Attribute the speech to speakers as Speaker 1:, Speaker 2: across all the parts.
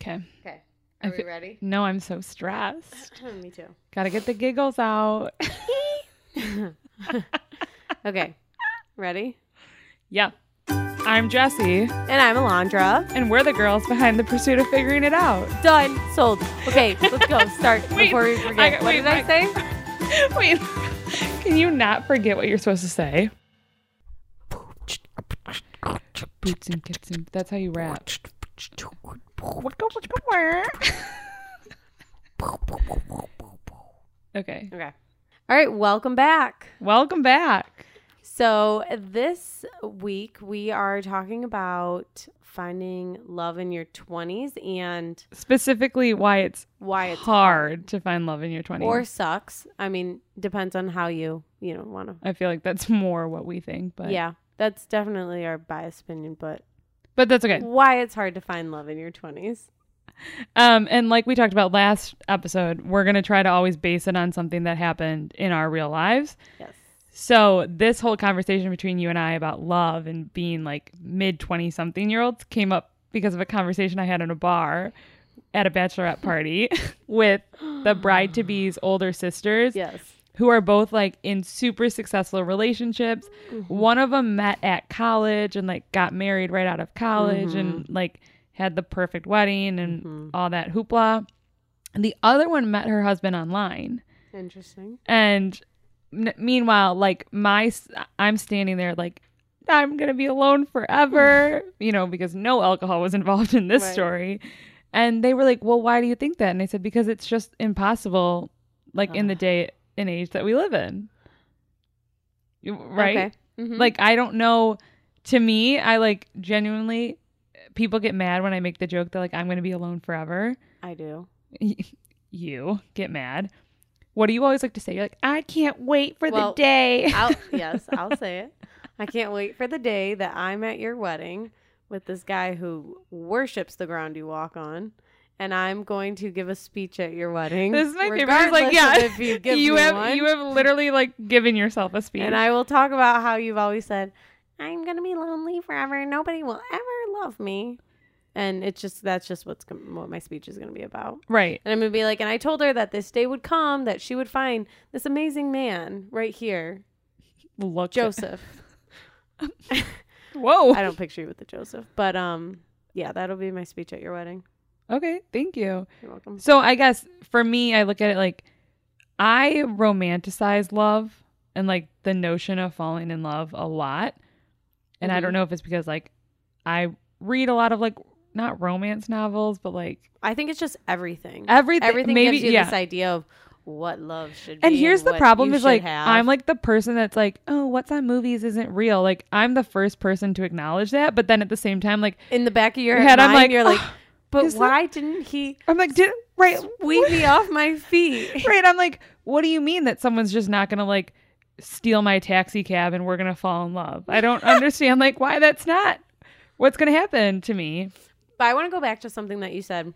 Speaker 1: Okay.
Speaker 2: Okay.
Speaker 1: I
Speaker 2: Are we
Speaker 1: fe-
Speaker 2: ready?
Speaker 1: No, I'm so stressed.
Speaker 2: Me too.
Speaker 1: Gotta get the giggles out.
Speaker 2: okay. Ready?
Speaker 1: yeah. I'm Jessie,
Speaker 2: And I'm Alondra.
Speaker 1: and we're the girls behind the pursuit of figuring it out.
Speaker 2: Done. Sold. Okay, let's go. Start
Speaker 1: Wait,
Speaker 2: before we
Speaker 1: I
Speaker 2: forget.
Speaker 1: got-
Speaker 2: what
Speaker 1: wait,
Speaker 2: did
Speaker 1: my-
Speaker 2: I say?
Speaker 1: Wait, can you not forget what you're supposed to say? Boots and kits and that's how you rap. okay,
Speaker 2: Okay. All right, welcome back.
Speaker 1: welcome back.
Speaker 2: So, this week we are talking about finding love in your 20s and
Speaker 1: Specifically, why it's
Speaker 2: why it's
Speaker 1: hard to find love in your 20s.
Speaker 2: or sucks. I mean, depends on how you, you know, want to.
Speaker 1: I feel like that's more what we think, but
Speaker 2: Yeah, that's definitely our biased opinion, but
Speaker 1: but that's okay.
Speaker 2: why it's hard to find love in your 20s.
Speaker 1: Um, and like we talked about last episode, we're gonna try to always base it on something that happened in our real lives.
Speaker 2: Yes.
Speaker 1: So this whole conversation between you and I about love and being like mid twenty something year olds came up because of a conversation I had in a bar at a bachelorette party with the bride to be's older sisters
Speaker 2: Yes.
Speaker 1: who are both like in super successful relationships. One of them met at college and like got married right out of college and like had the perfect wedding and all that hoopla. And the other one met her husband online.
Speaker 2: Interesting.
Speaker 1: And n- meanwhile, like my s- I'm standing there like I'm going to be alone forever, you know, because no alcohol was involved in this
Speaker 2: Right.
Speaker 1: story. And they were like, "Well, why do you think that?" And I said, "Because it's just impossible like in the day and age that we live in." You- Right? Mm-hmm.
Speaker 2: Okay. Mhm.
Speaker 1: Like I don't know to me, I like genuinely people get mad when I make the joke that like I'm going to be alone forever
Speaker 2: I do.
Speaker 1: you get mad. What do you always like to say? You're like, I can't wait for
Speaker 2: Well,
Speaker 1: the day.
Speaker 2: I'll, yes, I'll say it. I can't wait for the day that I'm at your wedding with this guy who worships the ground you walk on, and I'm going to give a speech at your wedding.
Speaker 1: this is my favorite. It's like, yeah,
Speaker 2: regardless of If you give me
Speaker 1: have
Speaker 2: one.
Speaker 1: you have literally like given yourself a speech.
Speaker 2: and I will talk about how you've always said, "I'm gonna be lonely forever. Nobody will ever love me," and it's just that's just what's com- what my speech is gonna be about.
Speaker 1: right,
Speaker 2: And I'm gonna be like, and I told her that this day would come that she would find this amazing man right here,
Speaker 1: look,
Speaker 2: Joseph.
Speaker 1: Whoa.
Speaker 2: I don't picture you with the Joseph, but um, yeah, that'll be my speech at your wedding.
Speaker 1: okay, thank you.
Speaker 2: You're welcome.
Speaker 1: So I guess for me, I look at it like I romanticize love and like the notion of falling in love a lot. And I
Speaker 2: Mhm.
Speaker 1: don't know if it's because like I read a lot of like not romance novels, but like
Speaker 2: I think it's just everything.
Speaker 1: everything.
Speaker 2: Everything
Speaker 1: maybe
Speaker 2: gives you
Speaker 1: yeah.
Speaker 2: this idea of what love should be.
Speaker 1: And here's the
Speaker 2: what
Speaker 1: problem
Speaker 2: you
Speaker 1: is
Speaker 2: should
Speaker 1: like
Speaker 2: have.
Speaker 1: I'm like the person that's like, "Oh, what's on movies isn't real." Like I'm the first person to acknowledge that, but then at the same time like
Speaker 2: in the back of your,
Speaker 1: your head, I'm
Speaker 2: mind,
Speaker 1: like,
Speaker 2: you're like,
Speaker 1: "Ugh,
Speaker 2: but
Speaker 1: is that-
Speaker 2: why didn't he
Speaker 1: I'm like, "Did right,
Speaker 2: weave me off my feet?
Speaker 1: right." I'm like, "What do you mean that someone's just not going to like steal my taxi cab and we're going to fall in love?" I don't understand like why that's not what's going to happen to me.
Speaker 2: But I want to go back to something that you said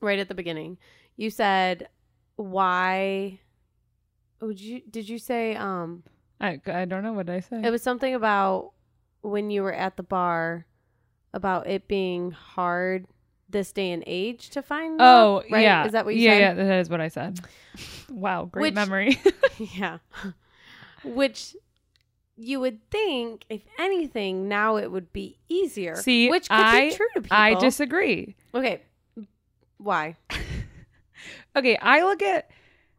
Speaker 2: right at the beginning. You said, why? Would you? Did you say um?
Speaker 1: I I don't know what I say.
Speaker 2: It was something about when you were at the bar about it being hard this day and age to find
Speaker 1: Oh,
Speaker 2: love, right?
Speaker 1: yeah.
Speaker 2: Is that what you
Speaker 1: yeah,
Speaker 2: said?
Speaker 1: Yeah, that is what I said. Wow, great
Speaker 2: Which-
Speaker 1: memory.
Speaker 2: Yeah. Which you would think, if anything, now it would be easier.
Speaker 1: See,
Speaker 2: which could
Speaker 1: I-
Speaker 2: be true to people.
Speaker 1: I disagree.
Speaker 2: okay. Why?
Speaker 1: Okay, I look at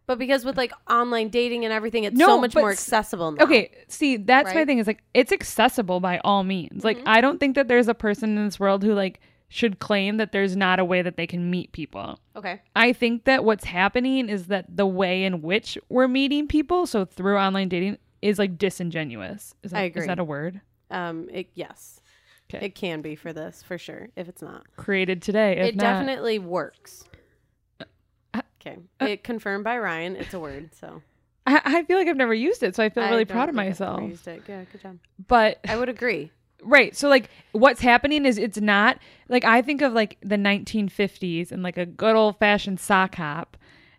Speaker 2: But because with like online dating and everything, it's
Speaker 1: No,
Speaker 2: so much
Speaker 1: but
Speaker 2: more
Speaker 1: s-
Speaker 2: accessible now.
Speaker 1: Okay, see, that's my
Speaker 2: right?
Speaker 1: thing. Is like it's accessible by all means. Like
Speaker 2: Mhm.
Speaker 1: I don't think that there's a person in this world who like should claim that there's not a way that they can meet people.
Speaker 2: Okay.
Speaker 1: I think that what's happening is that the way in which we're meeting people, so through online dating, is like disingenuous. Is that,
Speaker 2: I
Speaker 1: Is
Speaker 2: agree.
Speaker 1: that a word
Speaker 2: Um. It, yes.
Speaker 1: 'Kay.
Speaker 2: It can be for this for sure. If it's not.
Speaker 1: created today? If
Speaker 2: it
Speaker 1: not,
Speaker 2: definitely works.
Speaker 1: uh,
Speaker 2: Okay. It confirmed by Ryan. It's a word, so
Speaker 1: I, I feel like I've never used it, so I feel
Speaker 2: I
Speaker 1: really
Speaker 2: don't
Speaker 1: proud of
Speaker 2: think I've ever
Speaker 1: myself.
Speaker 2: Used it. Yeah, good job.
Speaker 1: But
Speaker 2: I would agree.
Speaker 1: Right. So like what's happening is it's not like I think of like the 1950s and like a good old fashioned sock hop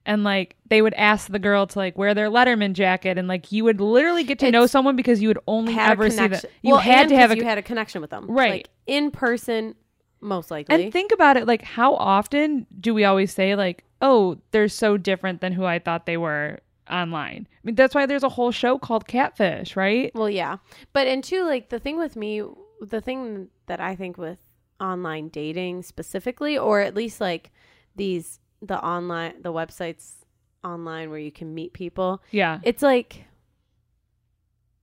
Speaker 1: and like they would ask the girl to like wear their letterman jacket and like you would literally get to know
Speaker 2: It's-
Speaker 1: someone because you would only
Speaker 2: Had
Speaker 1: ever
Speaker 2: a
Speaker 1: see them.
Speaker 2: connection.
Speaker 1: You
Speaker 2: well,
Speaker 1: had
Speaker 2: and
Speaker 1: to have a
Speaker 2: 'cause you had a connection with them,
Speaker 1: Right.
Speaker 2: Like in person most likely.
Speaker 1: And think about it like how often do we always say like, "Oh, they're so different than who I thought they were online." I mean, that's why there's a whole show called Catfish, right?
Speaker 2: well, yeah. But and two, like the thing with me, the thing that I think with online dating specifically, or at least like these the online the websites online where you can meet people,
Speaker 1: Yeah.
Speaker 2: it's like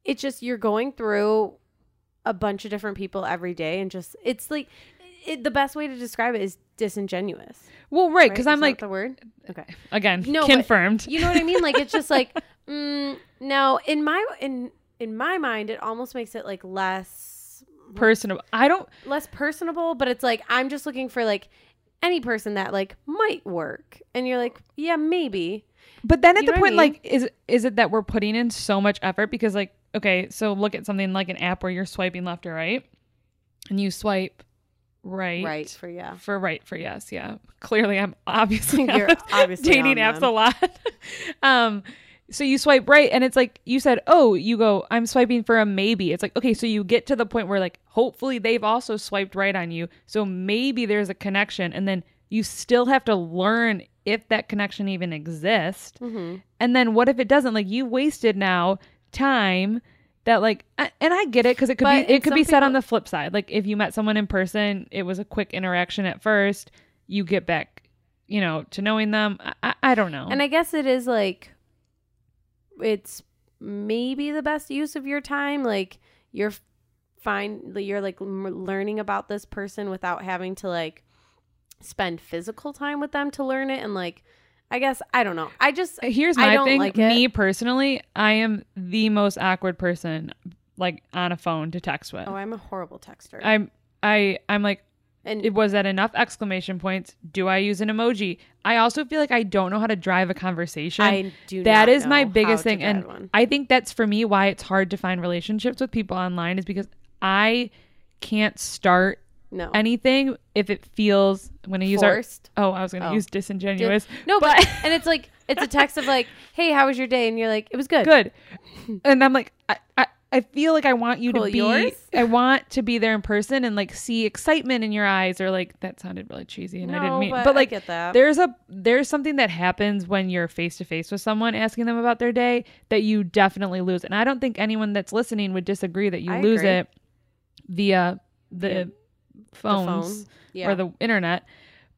Speaker 2: it's just you're going through a bunch of different people every day and just it's like it, the best way to describe it is disingenuous
Speaker 1: Well, right, cuz
Speaker 2: right?
Speaker 1: I'm
Speaker 2: Is that
Speaker 1: like
Speaker 2: the word okay
Speaker 1: again,
Speaker 2: No, but-
Speaker 1: confirmed.
Speaker 2: you know what i mean like it's just like mm, now in my in in my mind it almost makes it like less
Speaker 1: Personable. I don't
Speaker 2: less personable but it's like i'm just looking for like any person that like might work and you're like yeah maybe
Speaker 1: But then at
Speaker 2: You
Speaker 1: the
Speaker 2: know what
Speaker 1: point,
Speaker 2: I mean?
Speaker 1: like, is is it that we're putting in so much effort because, like, okay, so look at something like an app where you're swiping left or right, and you swipe right,
Speaker 2: right for yeah
Speaker 1: for right for yes, yeah. Clearly, I'm obviously
Speaker 2: You're
Speaker 1: on
Speaker 2: obviously
Speaker 1: dating
Speaker 2: on
Speaker 1: apps
Speaker 2: them.
Speaker 1: a lot. um, so you swipe right, and it's like you said, oh, you go, I'm swiping for a maybe. It's like okay, so you get to the point where like hopefully they've also swiped right on you, so maybe there's a connection, and then you still have to learn if that connection even exists.
Speaker 2: mm-hmm.
Speaker 1: And then what if it doesn't? Like you wasted now time that like I- and I get it because it could
Speaker 2: But
Speaker 1: be
Speaker 2: in
Speaker 1: it could be
Speaker 2: some
Speaker 1: said on
Speaker 2: people-
Speaker 1: the flip side. Like if you met someone in person, it was a quick interaction at first. You get back, you know, to knowing them. I, I, I don't know.
Speaker 2: And I guess it is like it's maybe the best use of your time. Like you're fine. You're like m- learning about this person without having to like spend physical time with them to learn it. And like, I guess I don't know. I just
Speaker 1: Here's
Speaker 2: I
Speaker 1: my
Speaker 2: don't
Speaker 1: thing.
Speaker 2: like it.
Speaker 1: Me personally, I am the most awkward person like on a phone to text with.
Speaker 2: oh, I'm a horrible texter.
Speaker 1: I'm I I'm like
Speaker 2: and
Speaker 1: it was that enough exclamation points. Do I use an emoji? I also feel like I don't know how to drive a conversation.
Speaker 2: I do.
Speaker 1: That
Speaker 2: not
Speaker 1: is my
Speaker 2: know
Speaker 1: biggest
Speaker 2: how to
Speaker 1: thing and
Speaker 2: drive one.
Speaker 1: i think that's for me why it's hard to find relationships with people online is because i can't start
Speaker 2: no,
Speaker 1: anything if it feels i'm gonna use our
Speaker 2: forced.
Speaker 1: oh i was gonna
Speaker 2: Oh.
Speaker 1: use disingenuous
Speaker 2: no, but and it's like it's a text of like, hey, how was your day? And you're like, it was good.
Speaker 1: good and i'm like I, I i feel like i want you
Speaker 2: Cool,
Speaker 1: to be
Speaker 2: yours?
Speaker 1: i want to be there in person and like see excitement in your eyes or like that sounded really cheesy and i didn't
Speaker 2: No,
Speaker 1: mean
Speaker 2: but I
Speaker 1: like
Speaker 2: get that.
Speaker 1: there's a there's something that happens when you're face to face with someone asking them about their day that you definitely lose and i don't think anyone that's listening would disagree that you
Speaker 2: I
Speaker 1: lose
Speaker 2: agree.
Speaker 1: it via the
Speaker 2: Yeah. The phone.
Speaker 1: phones
Speaker 2: Yeah.
Speaker 1: or the internet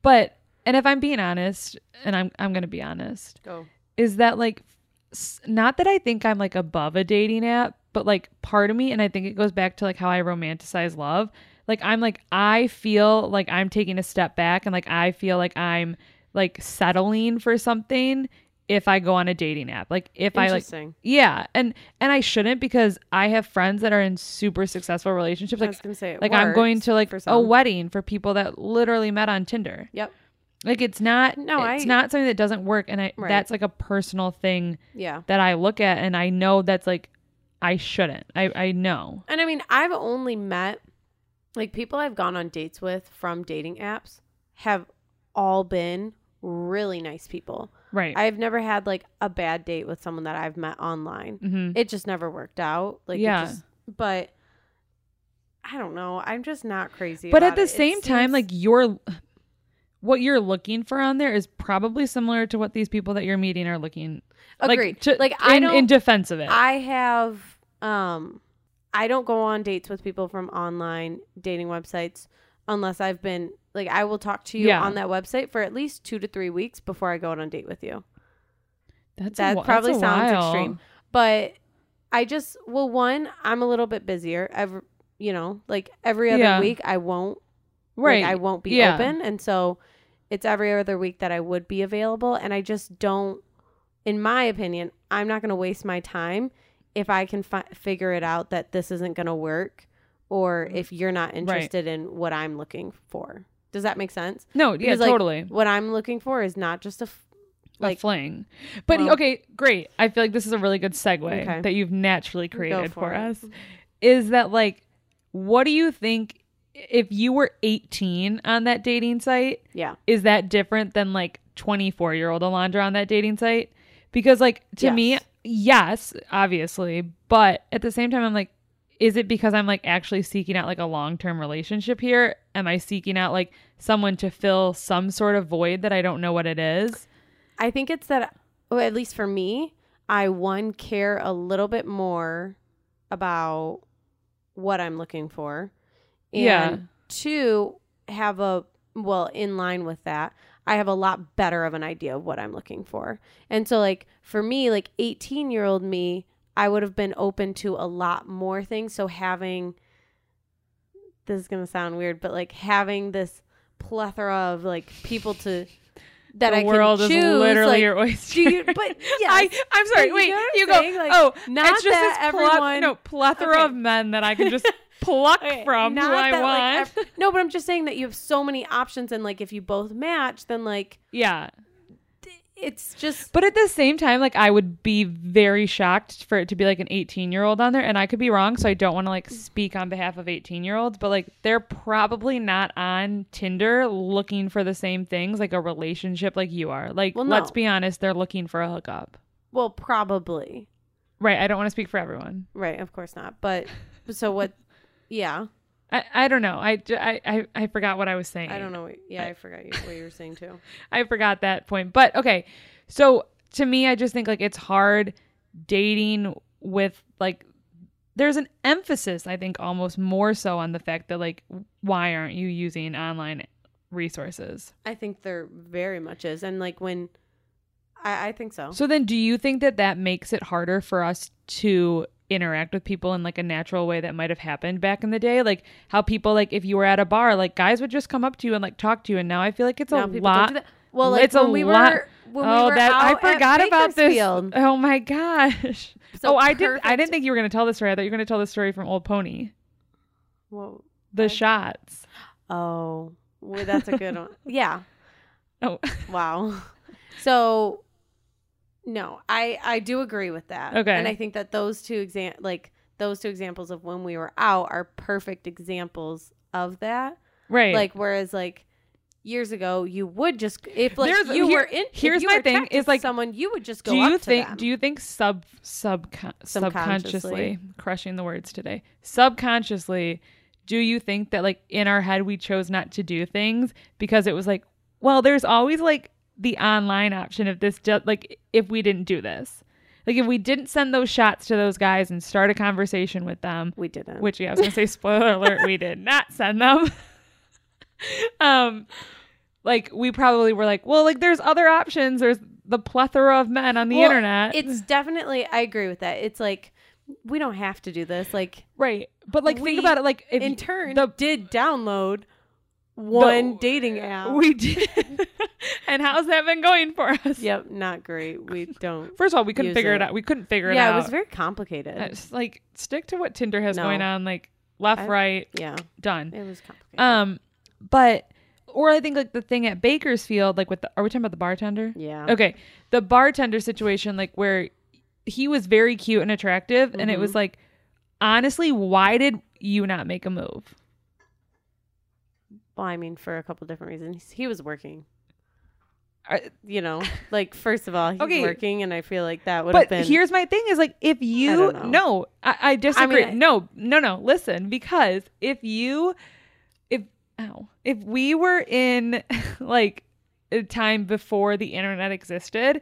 Speaker 1: but and if i'm being honest and i'm i'm going to be honest
Speaker 2: go.
Speaker 1: is that like s- not that I think I'm like above a dating app, but like part of me and I think it goes back to like how I romanticize love. Like I'm like I feel like I'm taking a step back and like I feel like I'm like settling for something if I go on a dating app. Like if I like
Speaker 2: Interesting.
Speaker 1: yeah, and and I shouldn't because I have friends that are in super successful relationships
Speaker 2: I
Speaker 1: like
Speaker 2: was gonna say it
Speaker 1: like I'm going
Speaker 2: works
Speaker 1: to like
Speaker 2: for
Speaker 1: a
Speaker 2: some.
Speaker 1: wedding for people that literally met on Tinder.
Speaker 2: Yep.
Speaker 1: Like it's not
Speaker 2: No,
Speaker 1: it's
Speaker 2: I-
Speaker 1: not something that doesn't work and I
Speaker 2: Right.
Speaker 1: that's like a personal thing
Speaker 2: Yeah.
Speaker 1: that I look at and I know that's like I shouldn't. I I know.
Speaker 2: And I mean, I've only met like people I've gone on dates with from dating apps have all been really nice people.
Speaker 1: Right.
Speaker 2: I've never had like a bad date with someone that I've met online.
Speaker 1: Mhm.
Speaker 2: It just never worked out. Like it
Speaker 1: Yeah.
Speaker 2: just- but I don't know. I'm just not crazy.
Speaker 1: But at
Speaker 2: about
Speaker 1: the
Speaker 2: it. It
Speaker 1: same time
Speaker 2: seems-
Speaker 1: like you're what you're looking for on there is probably similar to what these people that you're meeting are looking
Speaker 2: agreed.
Speaker 1: like to,
Speaker 2: like I
Speaker 1: in,
Speaker 2: don't
Speaker 1: in defense of it.
Speaker 2: I have um I don't go on dates with people from online dating websites unless I've been like I will talk to you
Speaker 1: Yeah.
Speaker 2: on that website for at least 2 to 3 weeks before I go out on a date with you.
Speaker 1: that's a
Speaker 2: that
Speaker 1: wh-
Speaker 2: probably
Speaker 1: that's a
Speaker 2: sounds
Speaker 1: while.
Speaker 2: extreme. But I just well one, I'm a little bit busier. Every you know, like every other
Speaker 1: Yeah.
Speaker 2: week I won't
Speaker 1: Right.
Speaker 2: like, I won't be
Speaker 1: Yeah.
Speaker 2: open. And so it's every other week that I would be available. And I just don't, in my opinion, I'm not going to waste my time if I can fi- figure it out that this isn't going to work or if you're not interested in what I'm looking for. Does that make sense?
Speaker 1: no, yeah,
Speaker 2: Because, like,
Speaker 1: totally.
Speaker 2: What I'm looking for is not just a, f- like,
Speaker 1: a fling. But
Speaker 2: Well-
Speaker 1: okay, great. I feel like this is a really good segue
Speaker 2: Okay.
Speaker 1: that you've naturally created
Speaker 2: for
Speaker 1: for
Speaker 2: it.
Speaker 1: us. Is that like, what do you think if you were 18 on that dating site?
Speaker 2: yeah.
Speaker 1: Is that different than like 24 year old Alondra on that dating site? Because, like, to me,
Speaker 2: Yes.
Speaker 1: yes, obviously. But at the same time, I'm like, is it because I'm like actually seeking out like a long term relationship here? Am I seeking out like someone to fill some sort of void that I don't know what it is?
Speaker 2: I think it's that, well, at least for me, I one care a little bit more about what I'm looking for, and
Speaker 1: Yeah.
Speaker 2: two have a well in line with that. I have a lot better of an idea of what I'm looking for, and so like for me, like 18 year old me, I would have been open to a lot more things. So having this is gonna sound weird, but like having this plethora of like people to that
Speaker 1: the
Speaker 2: I
Speaker 1: world
Speaker 2: can choose,
Speaker 1: is literally
Speaker 2: like,
Speaker 1: your oyster.
Speaker 2: do you? But yeah,
Speaker 1: I, I'm sorry.
Speaker 2: you
Speaker 1: wait,
Speaker 2: know what I'm
Speaker 1: you go.
Speaker 2: saying? Like,
Speaker 1: oh,
Speaker 2: not
Speaker 1: it's just
Speaker 2: that
Speaker 1: this pleth-
Speaker 2: everyone-
Speaker 1: no, plethora
Speaker 2: Okay.
Speaker 1: of men that I can just pluck
Speaker 2: Okay,
Speaker 1: from who
Speaker 2: not
Speaker 1: I
Speaker 2: that, like,
Speaker 1: want.
Speaker 2: ev- no, but I'm just saying that you have so many options, and like if you both match, then like
Speaker 1: yeah.
Speaker 2: it's just
Speaker 1: But at the same time, like I would be very shocked for it to be like an 18 year old on there, and I could be wrong, so I don't want to like speak on behalf of 18 year olds. But like they're probably not on Tinder looking for the same things, like a relationship, like you are. Like
Speaker 2: Well,
Speaker 1: let's
Speaker 2: no.
Speaker 1: be honest, they're looking for a hookup.
Speaker 2: well, probably
Speaker 1: Right. I don't want to speak for everyone.
Speaker 2: right. Of course not. But so what? Yeah,
Speaker 1: I, I don't know. I, j- I, I, I forgot what I was saying.
Speaker 2: I don't know. what- Yeah, I forgot you, what you were saying too.
Speaker 1: I forgot that point. But okay. So to me, I just think like it's hard dating with like there's an emphasis, I think, almost more so on the fact that like why aren't you using online resources?
Speaker 2: I think there very much is, and like when I, I think so.
Speaker 1: So then do you think that that makes it harder for us to interact with people in like a natural way that might have happened back in the day like how people like if you were at a bar like guys would just come up to you and like talk to you and now i feel like it's
Speaker 2: Now
Speaker 1: a
Speaker 2: people don't
Speaker 1: lot
Speaker 2: do that. Well, like
Speaker 1: it's a
Speaker 2: when we
Speaker 1: lot-
Speaker 2: were when
Speaker 1: oh,
Speaker 2: we were
Speaker 1: that
Speaker 2: out
Speaker 1: I
Speaker 2: at
Speaker 1: forgot about this.
Speaker 2: Bakersfield.
Speaker 1: Oh my gosh.
Speaker 2: So
Speaker 1: oh, I didn't. I
Speaker 2: perfect.
Speaker 1: didn't think you were gonna tell this story. I thought you were gonna tell the story from Old Pony,
Speaker 2: Well,
Speaker 1: the
Speaker 2: I-
Speaker 1: shots.
Speaker 2: oh, well, that's a good one. Yeah.
Speaker 1: Oh,
Speaker 2: Wow. So no, I I do agree with that.
Speaker 1: Okay.
Speaker 2: And I think that those two exam like those two examples of when we were out are perfect examples of that.
Speaker 1: right.
Speaker 2: Like whereas like years ago you would just if like
Speaker 1: There's-
Speaker 2: you
Speaker 1: here-
Speaker 2: were in if
Speaker 1: here's
Speaker 2: you
Speaker 1: my
Speaker 2: were
Speaker 1: thing,
Speaker 2: attracted
Speaker 1: is,
Speaker 2: to
Speaker 1: like,
Speaker 2: someone you would just go
Speaker 1: do you
Speaker 2: up to
Speaker 1: think?
Speaker 2: them.
Speaker 1: Do you think sub subcon- subconsciously
Speaker 2: Subconsciously.
Speaker 1: crushing the words today? Subconsciously, do you think that like in our head we chose not to do things because it was like, well, there's always like the online option if this just like if we didn't do this. Like if we didn't send those shots to those guys and start a conversation with them,
Speaker 2: we didn't.
Speaker 1: which yeah, I was gonna say spoiler alert, we did not send them. um, like we probably were like, well, like there's other options. There's the plethora of men on the
Speaker 2: Well,
Speaker 1: internet.
Speaker 2: It's definitely I agree with that. It's like we don't have to do this. Like
Speaker 1: right, but like
Speaker 2: we,
Speaker 1: think about it. Like if
Speaker 2: in turn
Speaker 1: the-
Speaker 2: did download one dating app.
Speaker 1: we did, and how's that been going for us?
Speaker 2: Yep, not great. We don't.
Speaker 1: First of all, we couldn't
Speaker 2: Use
Speaker 1: figure it
Speaker 2: it.
Speaker 1: out. We couldn't figure
Speaker 2: yeah,
Speaker 1: it out.
Speaker 2: it was very complicated.
Speaker 1: It's like stick to what Tinder has
Speaker 2: No.
Speaker 1: going on. Like left,
Speaker 2: I-
Speaker 1: right,
Speaker 2: yeah,
Speaker 1: done.
Speaker 2: it was complicated.
Speaker 1: Um, but or I think like the thing at Bakersfield, like with the, are we talking about the bartender?
Speaker 2: yeah.
Speaker 1: Okay. The bartender situation, like where he was very cute and attractive, and it was like, honestly, why did you not make a move?
Speaker 2: Well, I mean, for a couple different reasons, he was working.
Speaker 1: Are-
Speaker 2: You know, like first of all, he's
Speaker 1: Okay.
Speaker 2: working, and I feel like that would have
Speaker 1: But
Speaker 2: been.
Speaker 1: here's my thing: is like if you
Speaker 2: don't know.
Speaker 1: no, I, I disagree.
Speaker 2: I-
Speaker 1: no, no, no. Listen, because if you, if ow, if we were in like a time before the internet existed,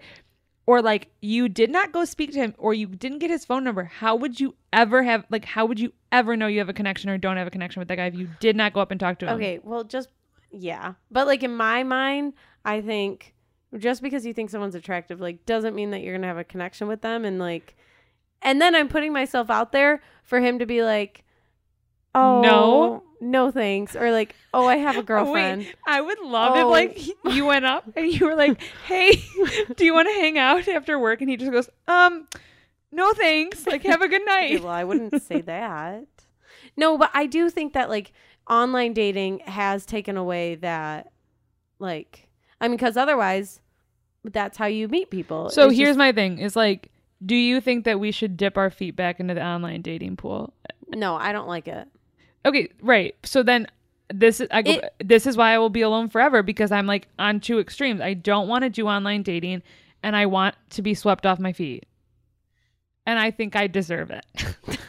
Speaker 1: or like you did not go speak to him, or you didn't get his phone number, how would you ever have like how would you ever know you have a connection or don't have a connection with that guy if you did not go up and talk to him?
Speaker 2: okay, well, just yeah, but like in my mind, I think just because you think someone's attractive, like, doesn't mean that you're gonna have a connection with them, and like, and then I'm putting myself out there for him to be like, oh
Speaker 1: No.
Speaker 2: no, thanks, or like, oh, I have a girlfriend.
Speaker 1: Wait, I would love if
Speaker 2: Oh.
Speaker 1: like he- you went up and you were like, "Hey, do you want to hang out after work?" And he just goes, "Um, no thanks. Like, have a good
Speaker 2: Okay,
Speaker 1: night."
Speaker 2: well, I wouldn't say that. No, but I do think that like online dating has taken away that, like, I mean, because otherwise, that's how you meet people.
Speaker 1: So
Speaker 2: It's
Speaker 1: here's
Speaker 2: just-
Speaker 1: my thing: is like, do you think that we should dip our feet back into the online dating pool?
Speaker 2: no, I don't like it.
Speaker 1: Okay, right. So then this I go,
Speaker 2: It-
Speaker 1: this is why I will be alone forever because I'm like on two extremes. I don't want to do online dating, and I want to be swept off my feet, and I think I deserve it.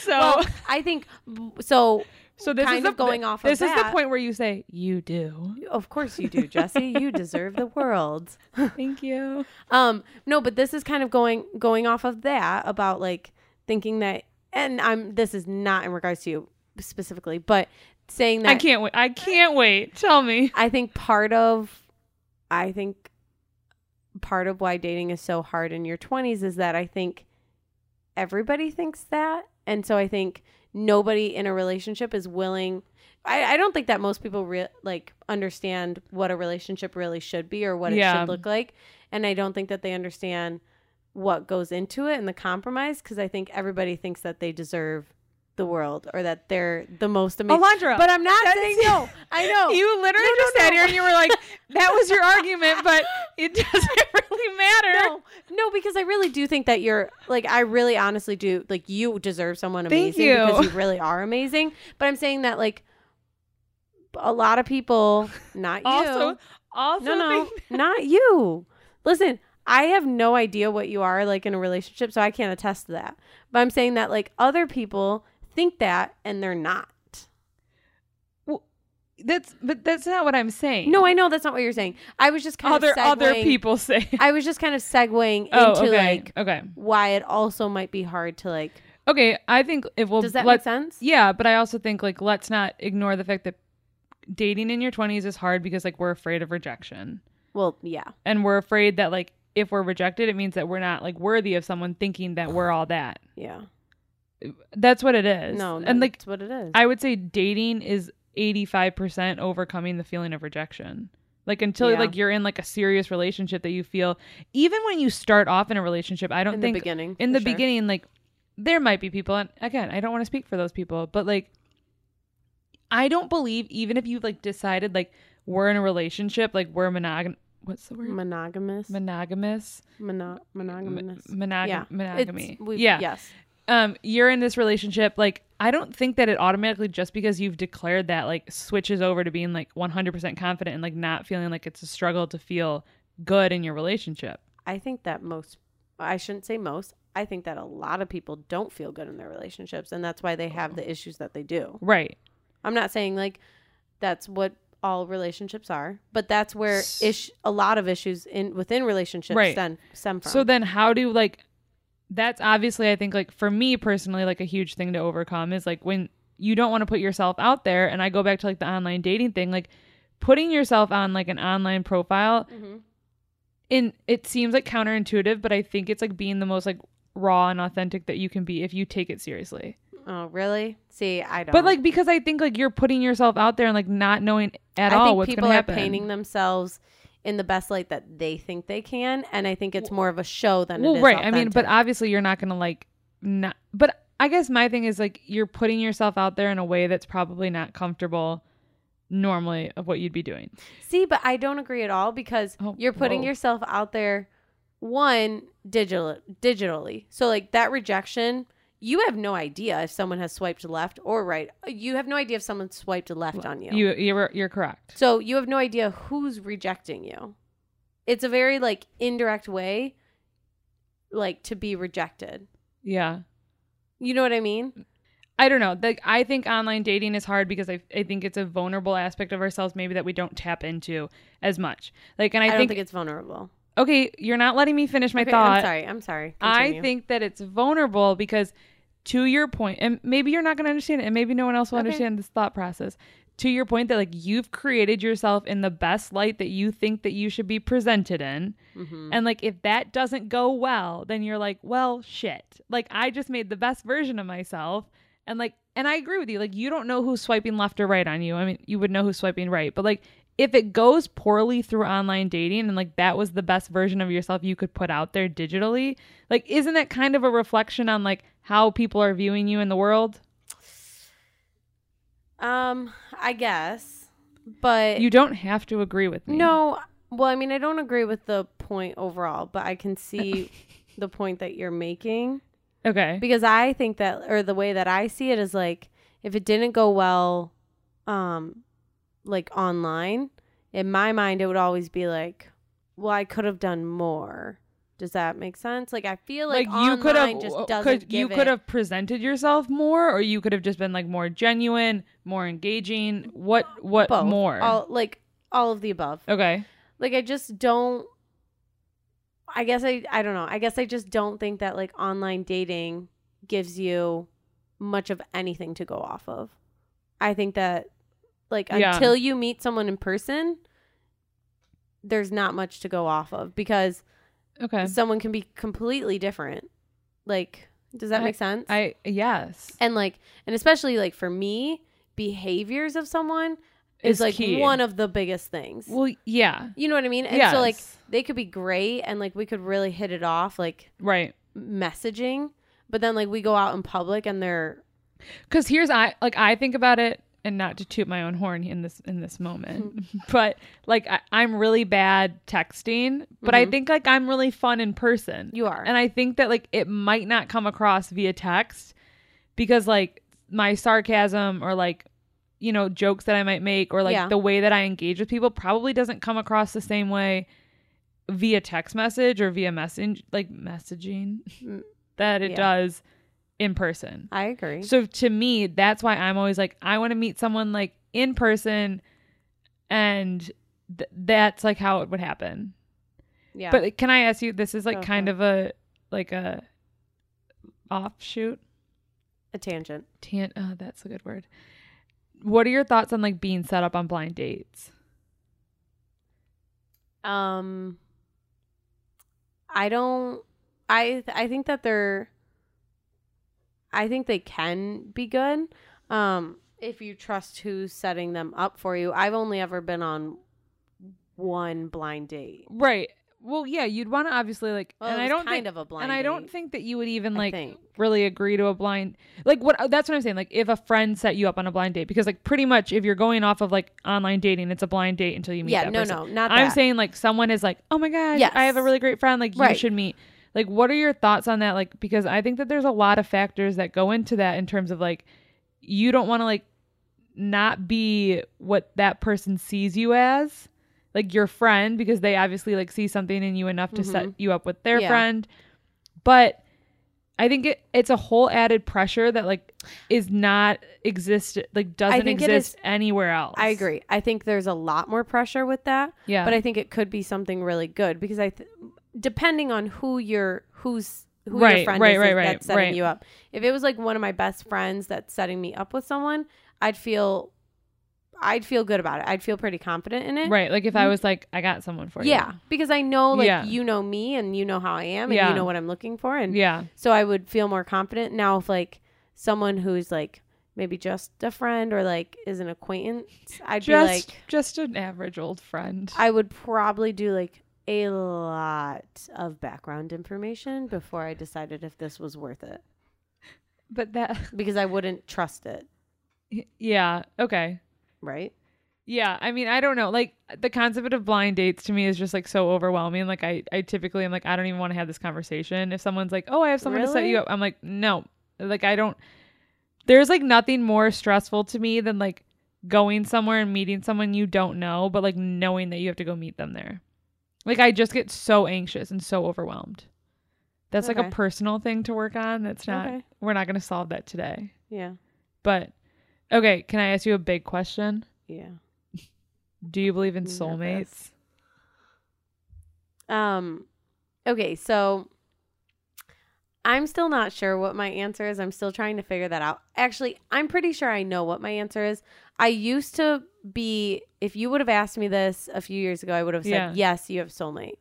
Speaker 1: So
Speaker 2: Well, I think so.
Speaker 1: so this
Speaker 2: kind
Speaker 1: is the,
Speaker 2: of going off of
Speaker 1: This is the
Speaker 2: that-
Speaker 1: point where you say you do.
Speaker 2: Of course you do, Jesse. You deserve the world.
Speaker 1: Thank you.
Speaker 2: Um, no, but this is kind of going going off of that about like thinking that, and I'm this is not in regards to you specifically, but saying that
Speaker 1: I can't wait. I can't wait. Tell me.
Speaker 2: I think part of I think part of why dating is so hard in your 20s is that I think everybody thinks that and so I think nobody in a relationship is willing I, I don't think that most people re- like understand what a relationship really should be or what it
Speaker 1: Yeah.
Speaker 2: should look like and I don't think that they understand what goes into it and the compromise because I think everybody thinks that they deserve the world or that they're the most amazing
Speaker 1: Alondra,
Speaker 2: but I'm not
Speaker 1: that
Speaker 2: saying
Speaker 1: is-
Speaker 2: no I know
Speaker 1: You literally
Speaker 2: No, no,
Speaker 1: just sat
Speaker 2: no.
Speaker 1: here and you were like, "That was your argument, but it doesn't really matter."
Speaker 2: No, no, because I really do think that you're like I really honestly do like you deserve someone
Speaker 1: Thank
Speaker 2: amazing
Speaker 1: you.
Speaker 2: because you really are amazing. But I'm saying that like a lot of people, not you,
Speaker 1: Also, also,
Speaker 2: no, no,
Speaker 1: think-
Speaker 2: not you. Listen, I have no idea what you are like in a relationship, so I can't attest to that. But I'm saying that like other people think that and they're not.
Speaker 1: that's but that's not what I'm saying.
Speaker 2: No, I know that's not what you're saying. I was just kind
Speaker 1: other
Speaker 2: of segueing,
Speaker 1: other people say.
Speaker 2: I was just kind of segueing into
Speaker 1: oh, okay,
Speaker 2: like
Speaker 1: okay,
Speaker 2: why it also might be hard to like.
Speaker 1: okay. I think if well,
Speaker 2: Does that
Speaker 1: let's
Speaker 2: make sense?
Speaker 1: yeah, but I also think like let's not ignore the fact that dating in your 20s is hard because like we're afraid of rejection
Speaker 2: Well, yeah.
Speaker 1: and we're afraid that like if we're rejected, it means that we're not like worthy of someone thinking that we're all that.
Speaker 2: Yeah.
Speaker 1: That's what it is.
Speaker 2: No,
Speaker 1: and like
Speaker 2: that's what it is.
Speaker 1: I would say dating is 85% overcoming the feeling of rejection. Like until
Speaker 2: Yeah.
Speaker 1: like you're in like a serious relationship that you feel even when you start off in a relationship, I don't
Speaker 2: in the
Speaker 1: think
Speaker 2: beginning.
Speaker 1: in
Speaker 2: for
Speaker 1: the
Speaker 2: sure.
Speaker 1: beginning like there might be people and again, I don't want to speak for those people, but like I don't believe even if you like decided like we're in a relationship, like we're monogam what's the word?
Speaker 2: monogamous,
Speaker 1: monogamous
Speaker 2: mono- monogamous.
Speaker 1: monog-
Speaker 2: yeah.
Speaker 1: monogamy
Speaker 2: It's- we-
Speaker 1: yeah
Speaker 2: Yes.
Speaker 1: um you're in this relationship like i don't think that it automatically just because you've declared that like switches over to being like 100% confident and like not feeling like it's a struggle to feel good in your relationship
Speaker 2: I think that most. I shouldn't say most. I think that a lot of people don't feel good in their relationships, and that's why they have the issues that they do.
Speaker 1: right
Speaker 2: I'm not saying like that's what all relationships are, but that's where ish a lot of issues in within relationships
Speaker 1: Right.
Speaker 2: stem stem from.
Speaker 1: so then how do like that's obviously i think like for me personally like a huge thing to overcome is like when you don't want to put yourself out there and i go back to like the online dating thing like putting yourself on like an online profile
Speaker 2: Mhm.
Speaker 1: in it seems like counterintuitive but i think it's like being the most like raw and authentic that you can be if you take it seriously
Speaker 2: oh really? See, I don't.
Speaker 1: but like because i think like you're putting yourself out there and like not knowing at
Speaker 2: I
Speaker 1: all
Speaker 2: think
Speaker 1: what's
Speaker 2: people
Speaker 1: gonna
Speaker 2: are
Speaker 1: happen
Speaker 2: painting themselves in the best light that they think they can, and I think it's more of a show than
Speaker 1: well
Speaker 2: it is.
Speaker 1: right i mean but
Speaker 2: authentic.
Speaker 1: obviously you're not gonna like not but i guess my thing is like you're putting yourself out there in a way that's probably not comfortable normally of what you'd be doing
Speaker 2: see, but I don't agree at all because
Speaker 1: Oh,
Speaker 2: you're putting
Speaker 1: whoa.
Speaker 2: yourself out there one digital digitally. So like that rejection, you have no idea if someone has swiped left or right. You have no idea if someone swiped left on you.
Speaker 1: you you're, you're correct
Speaker 2: So you have no idea who's rejecting you. It's a very like indirect way, like to be rejected.
Speaker 1: yeah
Speaker 2: You know what I mean?
Speaker 1: I don't know. Like I think online dating is hard because I, I think it's a vulnerable aspect of ourselves maybe that we don't tap into as much. Like and I,
Speaker 2: I, don't
Speaker 1: think,
Speaker 2: think it's vulnerable.
Speaker 1: okay, you're not letting me finish my
Speaker 2: Okay, I'm
Speaker 1: thought.
Speaker 2: sorry. I'm sorry.
Speaker 1: I
Speaker 2: Continue.
Speaker 1: think that it's vulnerable because to your point and maybe you're not going to understand it and maybe no one else will
Speaker 2: Okay.
Speaker 1: understand this thought process. To your point that like you've created yourself in the best light that you think that you should be presented in.
Speaker 2: Mhm.
Speaker 1: And like if that doesn't go well, then you're like, well, shit. Like I just made the best version of myself. And like and I agree with you. Like you don't know who's swiping left or right on you. I mean, you would know who's swiping right, but like if it goes poorly through online dating and like that was the best version of yourself you could put out there digitally, like isn't that kind of a reflection on like how people are viewing you in the world?
Speaker 2: Um, I guess, but
Speaker 1: You don't have to agree with me.
Speaker 2: no. Well, I mean, I don't agree with the point overall, but I can see the point that you're making
Speaker 1: Okay.
Speaker 2: because I think that, or the way that I see it is like, if it didn't go well, um, like online, in my mind, it would always be like, well, I could have done more. Does that make sense? Like I feel like,
Speaker 1: Like, you could have
Speaker 2: just
Speaker 1: could-
Speaker 2: doesn't
Speaker 1: you
Speaker 2: give
Speaker 1: could
Speaker 2: it-
Speaker 1: have presented yourself more, or you could have just been like more genuine, more engaging. What what
Speaker 2: both.
Speaker 1: Uh, more?
Speaker 2: all like all of the above.
Speaker 1: okay,
Speaker 2: Like I just don't I guess I I don't know. I guess I just don't think that like online dating gives you much of anything to go off of. I think that like
Speaker 1: Yeah.
Speaker 2: until you meet someone in person there's not much to go off of because
Speaker 1: okay.
Speaker 2: someone can be completely different. Like does that make sense?
Speaker 1: I yes
Speaker 2: and like and especially like for me behaviors of someone is,
Speaker 1: Is
Speaker 2: like
Speaker 1: key.
Speaker 2: one of the biggest things
Speaker 1: Well, yeah,
Speaker 2: you know what i mean and
Speaker 1: yes.
Speaker 2: so like they could be great and like we could really hit it off like
Speaker 1: right.
Speaker 2: messaging but then like we go out in public and they're
Speaker 1: because here's i like i think about it and not to toot my own horn in this in this moment but like I, i'm really bad texting but
Speaker 2: Mm-hmm.
Speaker 1: i think like i'm really fun in person
Speaker 2: you are
Speaker 1: and i think that like it might not come across via text because like my sarcasm or like you know jokes that i might make or like
Speaker 2: Yeah.
Speaker 1: the way that i engage with people probably doesn't come across the same way via text message or via message like messaging
Speaker 2: Mm.
Speaker 1: that it
Speaker 2: Yeah.
Speaker 1: does in person
Speaker 2: i agree
Speaker 1: so to me, that's why I'm always like, I want to meet someone like in person, and th- that's like how it would happen.
Speaker 2: yeah
Speaker 1: But can I ask you? This is like
Speaker 2: Go
Speaker 1: kind
Speaker 2: for it.
Speaker 1: of a like a offshoot.
Speaker 2: a tangent
Speaker 1: Tan- oh, that's a good word. What are your thoughts on like being set up on blind dates?
Speaker 2: um i don't i th- i think that they're i think they can be good um if you trust who's setting them up for you i've only ever been on one blind date
Speaker 1: Right. Well, yeah, you'd want to obviously like,
Speaker 2: well,
Speaker 1: and
Speaker 2: it
Speaker 1: I
Speaker 2: was
Speaker 1: don't
Speaker 2: kind
Speaker 1: think,
Speaker 2: of a blind
Speaker 1: and I don't
Speaker 2: date,
Speaker 1: think that you would even
Speaker 2: I
Speaker 1: like
Speaker 2: think.
Speaker 1: really agree to a blind like what uh, that's what i'm saying like if a friend set you up on a blind date because like pretty much if you're going off of like online dating it's a blind date until you meet
Speaker 2: yeah
Speaker 1: that
Speaker 2: no
Speaker 1: person.
Speaker 2: no not
Speaker 1: i'm
Speaker 2: that.
Speaker 1: saying like someone is like oh my gosh
Speaker 2: Yes.
Speaker 1: i have a really great friend like you
Speaker 2: Right.
Speaker 1: should meet like what are your thoughts on that like because i think that there's a lot of factors that go into that in terms of like you don't want to like not be what that person sees you as like your friend because they obviously like see something in you enough to set you up with their
Speaker 2: Mm-hmm. Yeah.
Speaker 1: friend but i think it, it's a whole added pressure that like is not exist like doesn't
Speaker 2: think it
Speaker 1: exist
Speaker 2: is-
Speaker 1: anywhere else
Speaker 2: i agree i think there's a lot more pressure with that
Speaker 1: yeah
Speaker 2: but I think it could be something really good because I, th- depending on who your who's who
Speaker 1: Right,
Speaker 2: your friend
Speaker 1: right,
Speaker 2: is
Speaker 1: right,
Speaker 2: that-
Speaker 1: right,
Speaker 2: that's setting
Speaker 1: right.
Speaker 2: you up. If it was like one of my best friends that's setting me up with someone, I'd feel, I'd feel good about it. I'd feel pretty confident in it.
Speaker 1: right like if i was like i got someone for
Speaker 2: Yeah, because I know like
Speaker 1: Yeah.
Speaker 2: you know me and you know how I am and
Speaker 1: Yeah.
Speaker 2: you know what I'm looking for
Speaker 1: you
Speaker 2: and
Speaker 1: yeah
Speaker 2: so I would feel more confident now if like someone who's like maybe just a friend or like is an acquaintance, I'd be
Speaker 1: just
Speaker 2: like
Speaker 1: just an average old friend
Speaker 2: I would probably do like a lot of background information before I decided if this was worth it
Speaker 1: but that
Speaker 2: because I wouldn't trust it,
Speaker 1: yeah okay
Speaker 2: right?
Speaker 1: Yeah, I mean, I don't know. Like the concept of blind dates to me is just like so overwhelming. Like I, I typically am like, I don't even want to have this conversation. If someone's like, "Oh, I have someone to set
Speaker 2: Really?
Speaker 1: you up," I'm like, no. Like I don't. There's like nothing more stressful to me than like going somewhere and meeting someone you don't know, but like knowing that you have to go meet them there. Like I just get so anxious and so overwhelmed. That's like
Speaker 2: Okay.
Speaker 1: a personal thing to work on. That's not.
Speaker 2: Okay.
Speaker 1: We're not going to solve that today.
Speaker 2: Yeah.
Speaker 1: But okay, can I ask you a big question?
Speaker 2: Yeah.
Speaker 1: Do you believe in
Speaker 2: Nervous.
Speaker 1: soulmates?
Speaker 2: Um okay, so I'm still not sure what my answer is. I'm still trying to figure that out. Actually, I'm pretty sure I know what my answer is. I used to be if you would have asked me this a few years ago, I would have said,
Speaker 1: Yeah.
Speaker 2: "Yes, you have soulmate.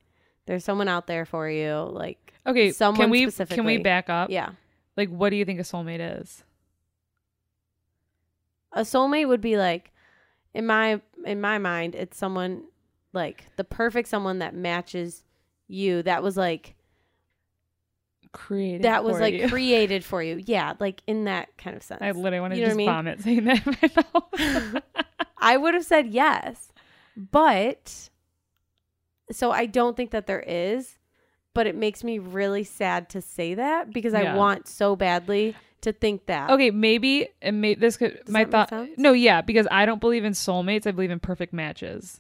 Speaker 2: There's someone out there for you." Like,
Speaker 1: Okay,
Speaker 2: Someone
Speaker 1: can we can we
Speaker 2: specifically.
Speaker 1: back up?
Speaker 2: yeah.
Speaker 1: Like, what do you think a soulmate is?
Speaker 2: a soulmate would be like in my in my mind it's someone like the perfect someone that matches you that was like
Speaker 1: Created.
Speaker 2: that was
Speaker 1: for
Speaker 2: like
Speaker 1: you.
Speaker 2: created for you yeah like in that kind of sense
Speaker 1: I literally want to
Speaker 2: you
Speaker 1: just
Speaker 2: know what I mean?
Speaker 1: vomit saying that right now.
Speaker 2: I would have said yes but so i don't think that there is but it makes me really sad to say that because i
Speaker 1: Yeah.
Speaker 2: want so badly to think that
Speaker 1: okay, maybe and may, this could
Speaker 2: Does
Speaker 1: my
Speaker 2: that make
Speaker 1: thought.
Speaker 2: sense?
Speaker 1: No, yeah, because I don't believe in soulmates. I believe in perfect matches,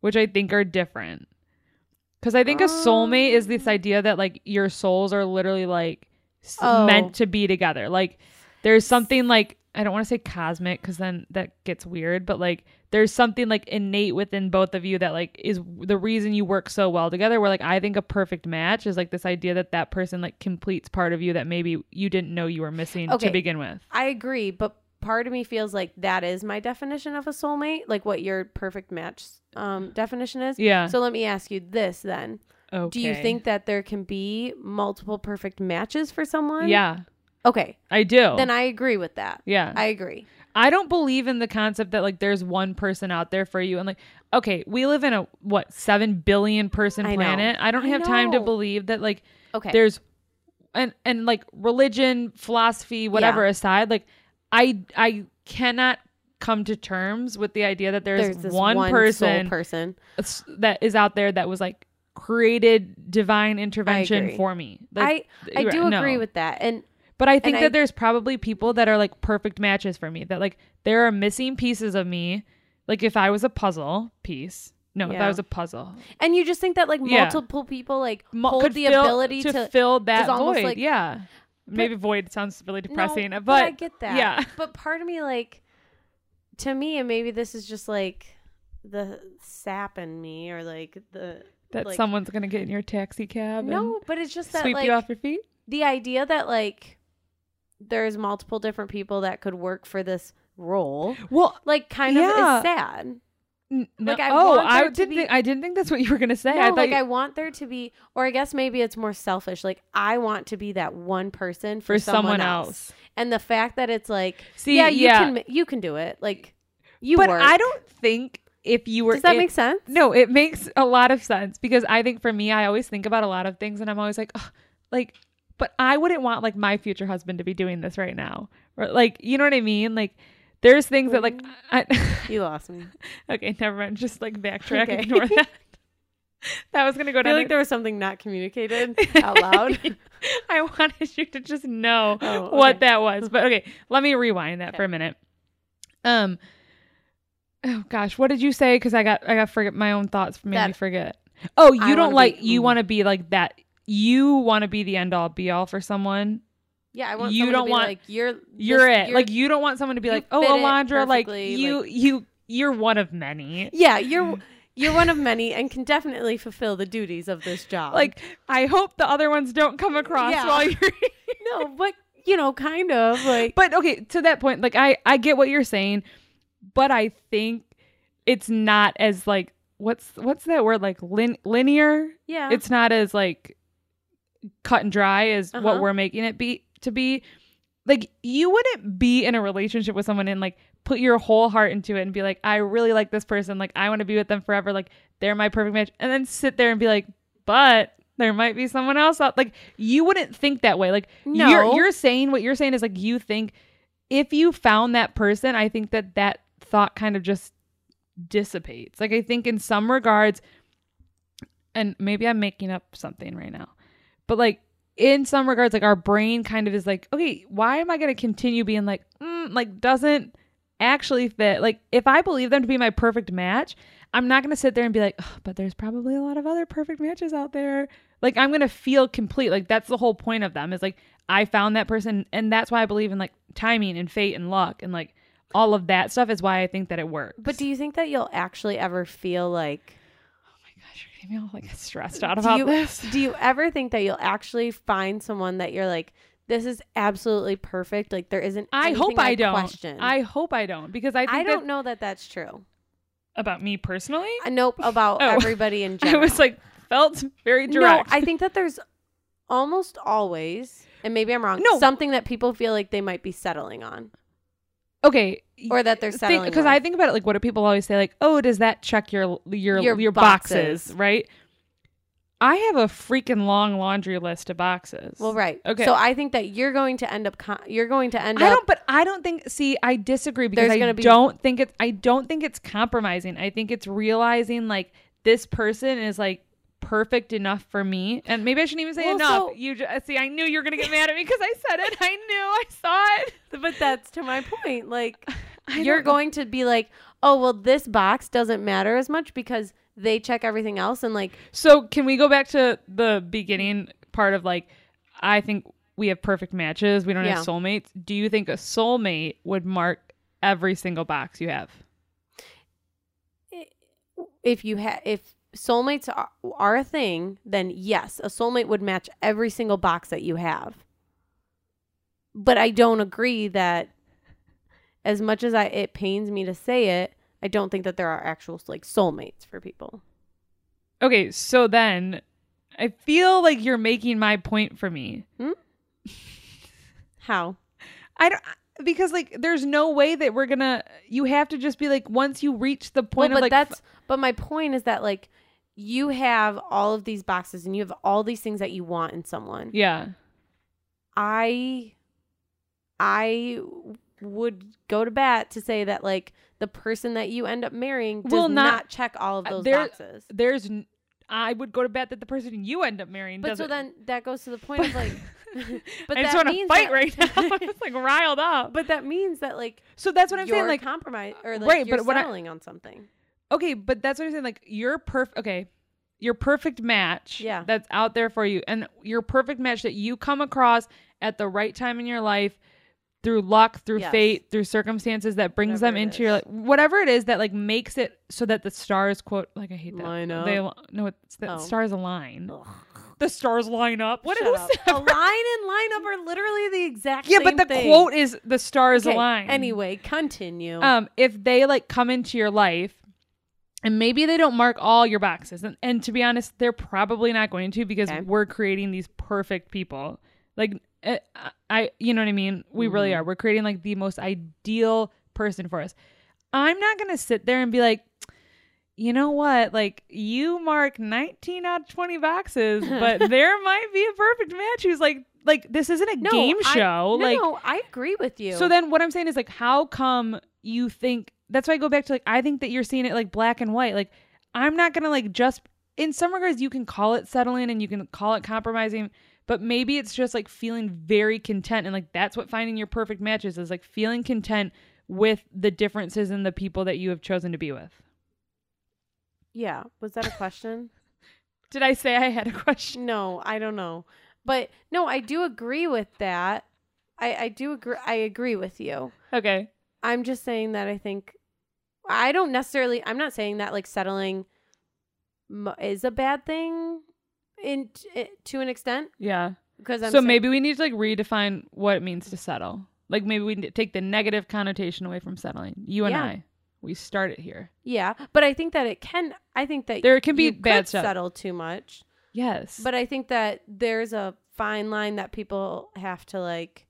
Speaker 1: which I think are different. Because I think a soulmate is this
Speaker 2: Um.
Speaker 1: idea that like your souls are literally like s-
Speaker 2: Oh.
Speaker 1: meant to be together. Like there's something like I don't want to say cosmic because then that gets weird, but like there's something like innate within both of you that like is the reason you work so well together. Where like I think a perfect match is like this idea that that person like completes part of you that maybe you didn't know you were missing
Speaker 2: Okay.
Speaker 1: to begin with.
Speaker 2: I agree, but part of me feels like that is my definition of a soulmate, like what your perfect match um, definition is.
Speaker 1: Yeah.
Speaker 2: So let me ask you this then.
Speaker 1: okay.
Speaker 2: Do you think that there can be multiple perfect matches for someone?
Speaker 1: Yeah,
Speaker 2: Okay.
Speaker 1: I do.
Speaker 2: Then I agree with that.
Speaker 1: yeah,
Speaker 2: I agree.
Speaker 1: I don't believe in the concept that like there's one person out there for you and like okay, we live in a what 7 billion person
Speaker 2: I know.
Speaker 1: planet. I don't
Speaker 2: I
Speaker 1: have time to
Speaker 2: know.
Speaker 1: believe that like
Speaker 2: Okay.
Speaker 1: there's and and like religion, philosophy, whatever aside, like I I cannot come to terms with the idea that there's, one, person,
Speaker 2: soul person.
Speaker 1: s- that is out there that was like created divine intervention
Speaker 2: agree.
Speaker 1: for me.
Speaker 2: I
Speaker 1: Like,
Speaker 2: I
Speaker 1: you're-
Speaker 2: do
Speaker 1: no.
Speaker 2: agree with that. And
Speaker 1: But I think
Speaker 2: And
Speaker 1: that
Speaker 2: I-
Speaker 1: there's probably people that are like perfect matches for me. That like there are missing pieces of me. Like if I was a puzzle piece. No, if
Speaker 2: Yeah.
Speaker 1: I was a puzzle.
Speaker 2: and you just think that like
Speaker 1: Yeah.
Speaker 2: multiple people like
Speaker 1: Mo-
Speaker 2: hold
Speaker 1: could
Speaker 2: the
Speaker 1: fill-
Speaker 2: ability to,
Speaker 1: fill that
Speaker 2: almost
Speaker 1: void.
Speaker 2: like-
Speaker 1: yeah. Maybe void sounds really
Speaker 2: No,
Speaker 1: depressing, but,
Speaker 2: I get that.
Speaker 1: yeah.
Speaker 2: But part of me like to me and maybe this is just like the sap in me or like the
Speaker 1: that
Speaker 2: like-
Speaker 1: someone's gonna get in your taxi cab
Speaker 2: No, but it's just
Speaker 1: and
Speaker 2: that
Speaker 1: sweep
Speaker 2: like
Speaker 1: you off your feet.
Speaker 2: the idea that like there's multiple different people that could work for this role
Speaker 1: Well,
Speaker 2: like kind of
Speaker 1: Yeah.
Speaker 2: is sad
Speaker 1: n- no,
Speaker 2: Like, I
Speaker 1: oh,
Speaker 2: want
Speaker 1: I
Speaker 2: there to
Speaker 1: didn't
Speaker 2: be-
Speaker 1: think I didn't think that's what you were gonna say.
Speaker 2: no
Speaker 1: I thought
Speaker 2: like
Speaker 1: you-
Speaker 2: i want there to be or i guess maybe it's more selfish like i want to be that one person for,
Speaker 1: for someone else.
Speaker 2: and the fact that it's like
Speaker 1: See,
Speaker 2: yeah you
Speaker 1: yeah.
Speaker 2: can ma- you can do it like you
Speaker 1: but
Speaker 2: work.
Speaker 1: I don't think if you were
Speaker 2: does that
Speaker 1: in-
Speaker 2: make sense
Speaker 1: No, it makes a lot of sense because I think for me, I always think about a lot of things and I'm always like, "Ugh," like, but I wouldn't want like my future husband to be doing this right now. Or like, you know what I mean? Like, there's things that like, I,
Speaker 2: you lost me
Speaker 1: okay, never mind. Just like backtrack,
Speaker 2: Mm-hmm. Okay.
Speaker 1: ignore that. that was going to go
Speaker 2: i feel
Speaker 1: down.
Speaker 2: like there was something not communicated out loud
Speaker 1: I wanted you to just know
Speaker 2: Oh, okay.
Speaker 1: what that was. But okay, let me rewind that for a minute. Um, oh gosh, what did you say? Because I got I got forget my own thoughts made me
Speaker 2: That-
Speaker 1: forget. Oh, you
Speaker 2: I wanna
Speaker 1: don't
Speaker 2: be-
Speaker 1: like you
Speaker 2: mm.
Speaker 1: want to be like that. You want to be the end all be all for someone.
Speaker 2: yeah i want
Speaker 1: You
Speaker 2: you
Speaker 1: don't
Speaker 2: don't to be
Speaker 1: want-
Speaker 2: like you're
Speaker 1: You're
Speaker 2: this-
Speaker 1: it. like you don't want someone to be
Speaker 2: you
Speaker 1: like, oh,
Speaker 2: fit it
Speaker 1: Alondra, like
Speaker 2: perfectly,
Speaker 1: you
Speaker 2: like-
Speaker 1: you you're one of many.
Speaker 2: Yeah, you're you're one of many and can definitely fulfill the duties of this job.
Speaker 1: Like I hope the other ones don't come across
Speaker 2: Yeah.
Speaker 1: while you're
Speaker 2: no, but you know, kind of like
Speaker 1: but okay to that point like i i get what you're saying but i think it's not as like what's what's that word like lin- linear
Speaker 2: yeah.
Speaker 1: it's not as like cut and dry as
Speaker 2: Uh-huh.
Speaker 1: what we're making it be to be like you wouldn't be in a relationship with someone and like put your whole heart into it and be like i really like this person like i want to be with them forever like they're my perfect match and then sit there and be like but there might be someone else out like you wouldn't think that way like
Speaker 2: No.
Speaker 1: you're you're saying what you're saying is like you think if you found that person i think that that thought kind of just dissipates like i think in some regards and maybe I'm making up something right now, but like in some regards, like our brain kind of is like, okay, why am I going to continue being like, mm, like doesn't actually fit? Like if I believe them to be my perfect match, I'm not going to sit there and be like, "Ugh, but there's probably a lot of other perfect matches out there. Like I'm going to feel complete. Like that's the whole point of them is like, I found that person. And that's why I believe in like timing and fate and luck and like all of that stuff is why I think that it works.
Speaker 2: but do you think that you'll actually ever feel like
Speaker 1: oh my gosh, you're getting me all like stressed out
Speaker 2: do
Speaker 1: about
Speaker 2: you,
Speaker 1: this.
Speaker 2: Do you ever think that you'll actually find someone that you're like this is absolutely perfect? Like there isn't
Speaker 1: I
Speaker 2: anything
Speaker 1: hope I don't.
Speaker 2: question.
Speaker 1: I hope I don't because I think
Speaker 2: I
Speaker 1: that-
Speaker 2: don't know that that's true.
Speaker 1: about me personally.
Speaker 2: Uh, Nope, about
Speaker 1: Oh.
Speaker 2: everybody in
Speaker 1: I
Speaker 2: general.
Speaker 1: was like felt very direct.
Speaker 2: No, I think that there's almost always, and maybe I'm wrong,
Speaker 1: No.
Speaker 2: something that people feel like they might be settling on.
Speaker 1: okay,
Speaker 2: Or that they're settling
Speaker 1: because
Speaker 2: on.
Speaker 1: I think about it like what do people always say like oh does that check your your
Speaker 2: Your
Speaker 1: your, boxes.
Speaker 2: boxes.
Speaker 1: right? I have a freaking long laundry list of boxes.
Speaker 2: Well, right.
Speaker 1: Okay.
Speaker 2: So I think that you're going to end up. Con- you're going to end
Speaker 1: I
Speaker 2: up.
Speaker 1: don't, but I don't think. See, I disagree because
Speaker 2: There's
Speaker 1: I
Speaker 2: gonna be-
Speaker 1: don't think it's. I don't think it's compromising. I think it's realizing like this person is like perfect enough for me, and maybe I shouldn't even say
Speaker 2: Well,
Speaker 1: enough.
Speaker 2: so-
Speaker 1: you just, see, I knew you were gonna get mad at me because I said it. I knew. I saw it.
Speaker 2: But that's to my point. Like
Speaker 1: I
Speaker 2: you're
Speaker 1: don't-
Speaker 2: going to be like, oh well this box doesn't matter as much because they check everything else and like
Speaker 1: So can we go back to the beginning part of like I think we have perfect matches. We don't
Speaker 2: Yeah.
Speaker 1: have soulmates. Do you think a soulmate would mark every single box you have?
Speaker 2: if you ha if soulmates are, are a thing then yes a soulmate would match every single box that you have but i don't agree that as much as i it pains me to say it i don't think that there are actual like soulmates for people
Speaker 1: Okay, so then I feel like you're making my point for me.
Speaker 2: how
Speaker 1: I don't because like there's no way that we're gonna you have to just be like once you reach the point
Speaker 2: well,
Speaker 1: of
Speaker 2: but
Speaker 1: like
Speaker 2: that's but my point is that like you have all of these boxes and you have all these things that you want in someone
Speaker 1: yeah
Speaker 2: I I would go to bat to say that like the person that you end up marrying does
Speaker 1: Will
Speaker 2: not,
Speaker 1: not-
Speaker 2: check all of
Speaker 1: Uh,
Speaker 2: those
Speaker 1: there-
Speaker 2: boxes.
Speaker 1: there's n- I would go to bet that the person you end up marrying
Speaker 2: But so
Speaker 1: doesn't
Speaker 2: then that goes to the point of like but
Speaker 1: I just
Speaker 2: that
Speaker 1: want to
Speaker 2: means
Speaker 1: fight
Speaker 2: that-
Speaker 1: right now. I'm just like riled up.
Speaker 2: but that means that like
Speaker 1: So that's what I'm
Speaker 2: you're
Speaker 1: saying. Like,
Speaker 2: compromise or like
Speaker 1: right,
Speaker 2: you're
Speaker 1: but what I-
Speaker 2: settling on something.
Speaker 1: okay, but that's what I'm saying. Like, your perfect, okay, your perfect match
Speaker 2: Yeah.
Speaker 1: that's out there for you, and your perfect match that you come across at the right time in your life through luck, through
Speaker 2: Yes.
Speaker 1: fate, through circumstances that brings
Speaker 2: Whatever
Speaker 1: them
Speaker 2: it
Speaker 1: into your
Speaker 2: is.
Speaker 1: life, whatever it is that like makes it so that the stars quote, like, I hate that.
Speaker 2: Line up.
Speaker 1: They, al- no, it's the
Speaker 2: Oh.
Speaker 1: stars align. The stars line up. What
Speaker 2: Shut
Speaker 1: who
Speaker 2: up.
Speaker 1: said-
Speaker 2: Align and line up are literally the exact
Speaker 1: Yeah,
Speaker 2: same
Speaker 1: but the
Speaker 2: thing.
Speaker 1: quote is the stars
Speaker 2: Okay,
Speaker 1: align.
Speaker 2: Anyway, continue.
Speaker 1: um if they like come into your life and maybe they don't mark all your boxes and, and to be honest they're probably not going to because
Speaker 2: Okay.
Speaker 1: we're creating these perfect people like eh, i, I you know what i mean we
Speaker 2: Mm-hmm.
Speaker 1: really are we're creating like the most ideal person for us i'm not going to sit there and be like you know what? Like you mark 19 out of 20 boxes, but there might be a perfect match who's like like this isn't a
Speaker 2: no,
Speaker 1: game
Speaker 2: I-
Speaker 1: show.
Speaker 2: no,
Speaker 1: like
Speaker 2: no, I agree with you.
Speaker 1: so then what I'm saying is like how come you think that's why I go back to like I think that you're seeing it like black and white. Like I'm not gonna like just in some regards you can call it settling and you can call it compromising, but maybe it's just like feeling very content and like that's what finding your perfect matches is like feeling content with the differences in the people that you have chosen to be with.
Speaker 2: yeah, was that a question?
Speaker 1: Did I say I had a question?
Speaker 2: No, I don't know. But no, I do agree with that. I, I do agree I agree with you.
Speaker 1: Okay.
Speaker 2: I'm just saying that I think I don't necessarily I'm not saying that like settling mo- is a bad thing in it, to an extent
Speaker 1: Yeah.
Speaker 2: because I'm
Speaker 1: So
Speaker 2: saying-
Speaker 1: maybe we need to like redefine what it means to settle. Like maybe we need to take the negative connotation away from settling. You and
Speaker 2: Yeah.
Speaker 1: I, we start it here.
Speaker 2: yeah, but I think that it can I think that
Speaker 1: There can be
Speaker 2: you
Speaker 1: bad
Speaker 2: could
Speaker 1: stuff.
Speaker 2: settle too much.
Speaker 1: Yes.
Speaker 2: But I think that there's a fine line that people have to like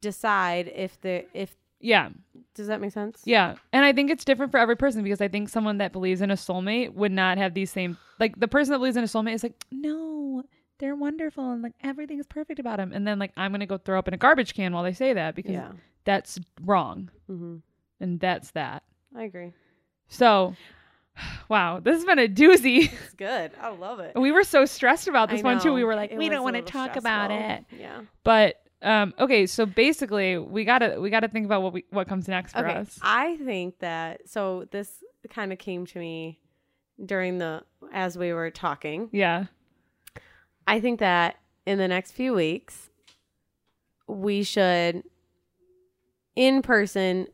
Speaker 2: decide if they if
Speaker 1: yeah.
Speaker 2: does that make sense?
Speaker 1: Yeah. And I think it's different for every person because I think someone that believes in a soulmate would not have these same like the person that believes in a soulmate is like, "No, they're wonderful and like everything is perfect about them." And then like I'm going to go throw up in a garbage can while they say that because
Speaker 2: Yeah.
Speaker 1: that's wrong
Speaker 2: Mm-hmm.
Speaker 1: and that's that.
Speaker 2: I agree.
Speaker 1: So, wow, this has been a doozy.
Speaker 2: It's good. I love it.
Speaker 1: we were so stressed about
Speaker 2: I
Speaker 1: this one too.
Speaker 2: know.
Speaker 1: We were like,
Speaker 2: It
Speaker 1: "We
Speaker 2: was
Speaker 1: don't
Speaker 2: a
Speaker 1: want to
Speaker 2: little
Speaker 1: talk about it."
Speaker 2: stressful. Yeah.
Speaker 1: But um okay, so basically, we got to we got to think about what we what comes next for
Speaker 2: Okay.
Speaker 1: us.
Speaker 2: I think that so this kind of came to me during the as we were talking.
Speaker 1: Yeah.
Speaker 2: I think that in the next few weeks we should in person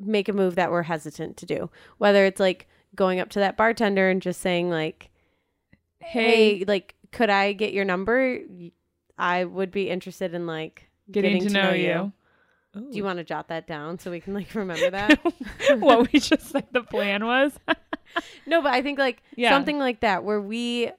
Speaker 2: make a move that we're hesitant to do. Whether it's like going up to that bartender and just saying like hey, like could i get your number i would be interested in like
Speaker 1: getting, to, know, you.
Speaker 2: do you want to jot that down so we can like remember that
Speaker 1: what we just said the plan was?
Speaker 2: no but i think like
Speaker 1: Yeah.
Speaker 2: something like that where we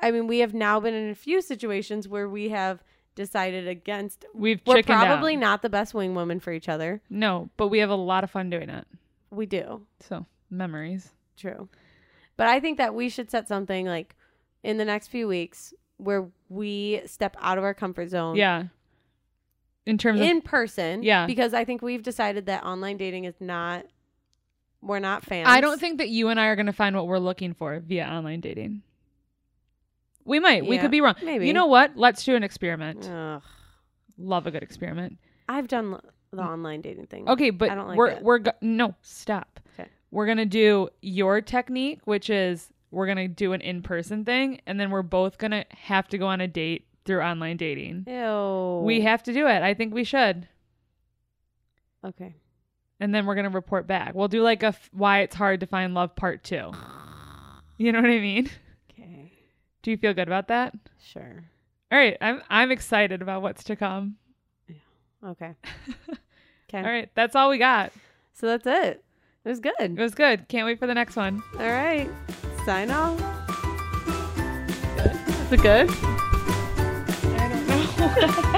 Speaker 2: i mean we have now been in a few situations where we have decided against
Speaker 1: We've
Speaker 2: we're
Speaker 1: chickened
Speaker 2: probably
Speaker 1: out.
Speaker 2: not the best wing woman for each other
Speaker 1: No, but we have a lot of fun doing it.
Speaker 2: we do
Speaker 1: So memories.
Speaker 2: True. But I think that we should set something like in the next few weeks where we step out of our comfort zone
Speaker 1: Yeah. In terms of
Speaker 2: in person.
Speaker 1: Yeah.
Speaker 2: Because I think we've decided that online dating is not, we're not fans.
Speaker 1: I don't think that you and I are gonna find what we're looking for via online dating. We might. We
Speaker 2: Yeah,
Speaker 1: could be wrong.
Speaker 2: maybe.
Speaker 1: You know what? Let's do an experiment.
Speaker 2: Ugh.
Speaker 1: Love a good experiment.
Speaker 2: I've done the online dating thing.
Speaker 1: Mm. Okay, but
Speaker 2: I don't like
Speaker 1: we're
Speaker 2: that.
Speaker 1: we're go- no stop.
Speaker 2: Okay.
Speaker 1: We're gonna do your technique, which is we're gonna do an in person thing, and then we're both gonna have to go on a date through online dating.
Speaker 2: Ew.
Speaker 1: We have to do it. I think we should,
Speaker 2: okay.
Speaker 1: and then we're gonna report back. We'll do like a f- why it's hard to find love part two. You know what I mean?
Speaker 2: Okay.
Speaker 1: Do you feel good about that?
Speaker 2: Sure.
Speaker 1: All right, I'm I'm excited about what's to come.
Speaker 2: Okay. Okay.
Speaker 1: All right, that's all we got.
Speaker 2: So that's it. It was
Speaker 1: It
Speaker 2: good.
Speaker 1: was good. Can't wait for the next one.
Speaker 2: All right. Sign off. Is it good?
Speaker 1: I don't know.